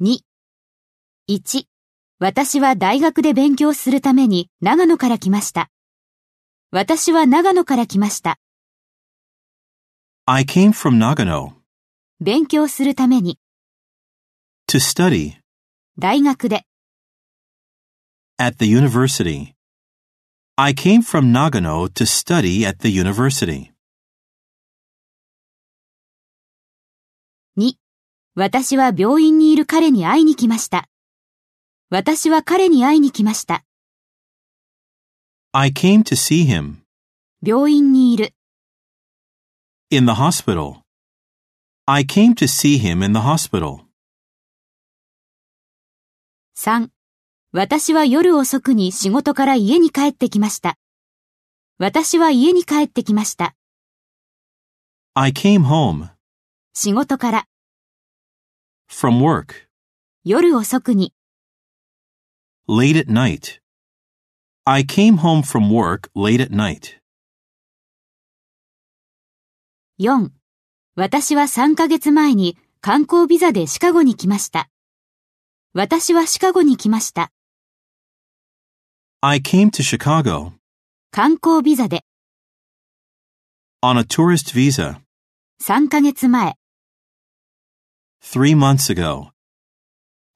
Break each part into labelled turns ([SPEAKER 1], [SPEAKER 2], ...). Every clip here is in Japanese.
[SPEAKER 1] 2、1、私は大学で勉強するために長野から来ました。私は長野から来ました。
[SPEAKER 2] I came from Nagano
[SPEAKER 1] 勉強するために、
[SPEAKER 2] to study
[SPEAKER 1] 大学で、
[SPEAKER 2] at the university. I came from Nagano to study at the university.
[SPEAKER 1] 2、私は病院にいる彼に会いに来ました。私は彼に会いに来ました。
[SPEAKER 2] I came to see him
[SPEAKER 1] 病院にいる、
[SPEAKER 2] in the hospital. I came to see him in the hospital.
[SPEAKER 1] 3、私は夜遅くに仕事から家に帰ってきました。私は家に帰ってきました。
[SPEAKER 2] I came home
[SPEAKER 1] 仕事から、
[SPEAKER 2] from work
[SPEAKER 1] 夜遅くに、
[SPEAKER 2] late at night. I came home from work late at night.
[SPEAKER 1] 4、私は3ヶ月前に観光ビザでシカゴに来ました。私はシカゴに来ました。
[SPEAKER 2] I came to Chicago
[SPEAKER 1] 観光ビザで
[SPEAKER 2] on a tourist visa
[SPEAKER 1] 3ヶ月前、
[SPEAKER 2] three months ago.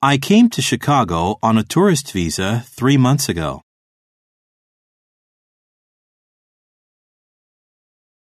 [SPEAKER 2] I came to Chicago on a tourist visa three months ago.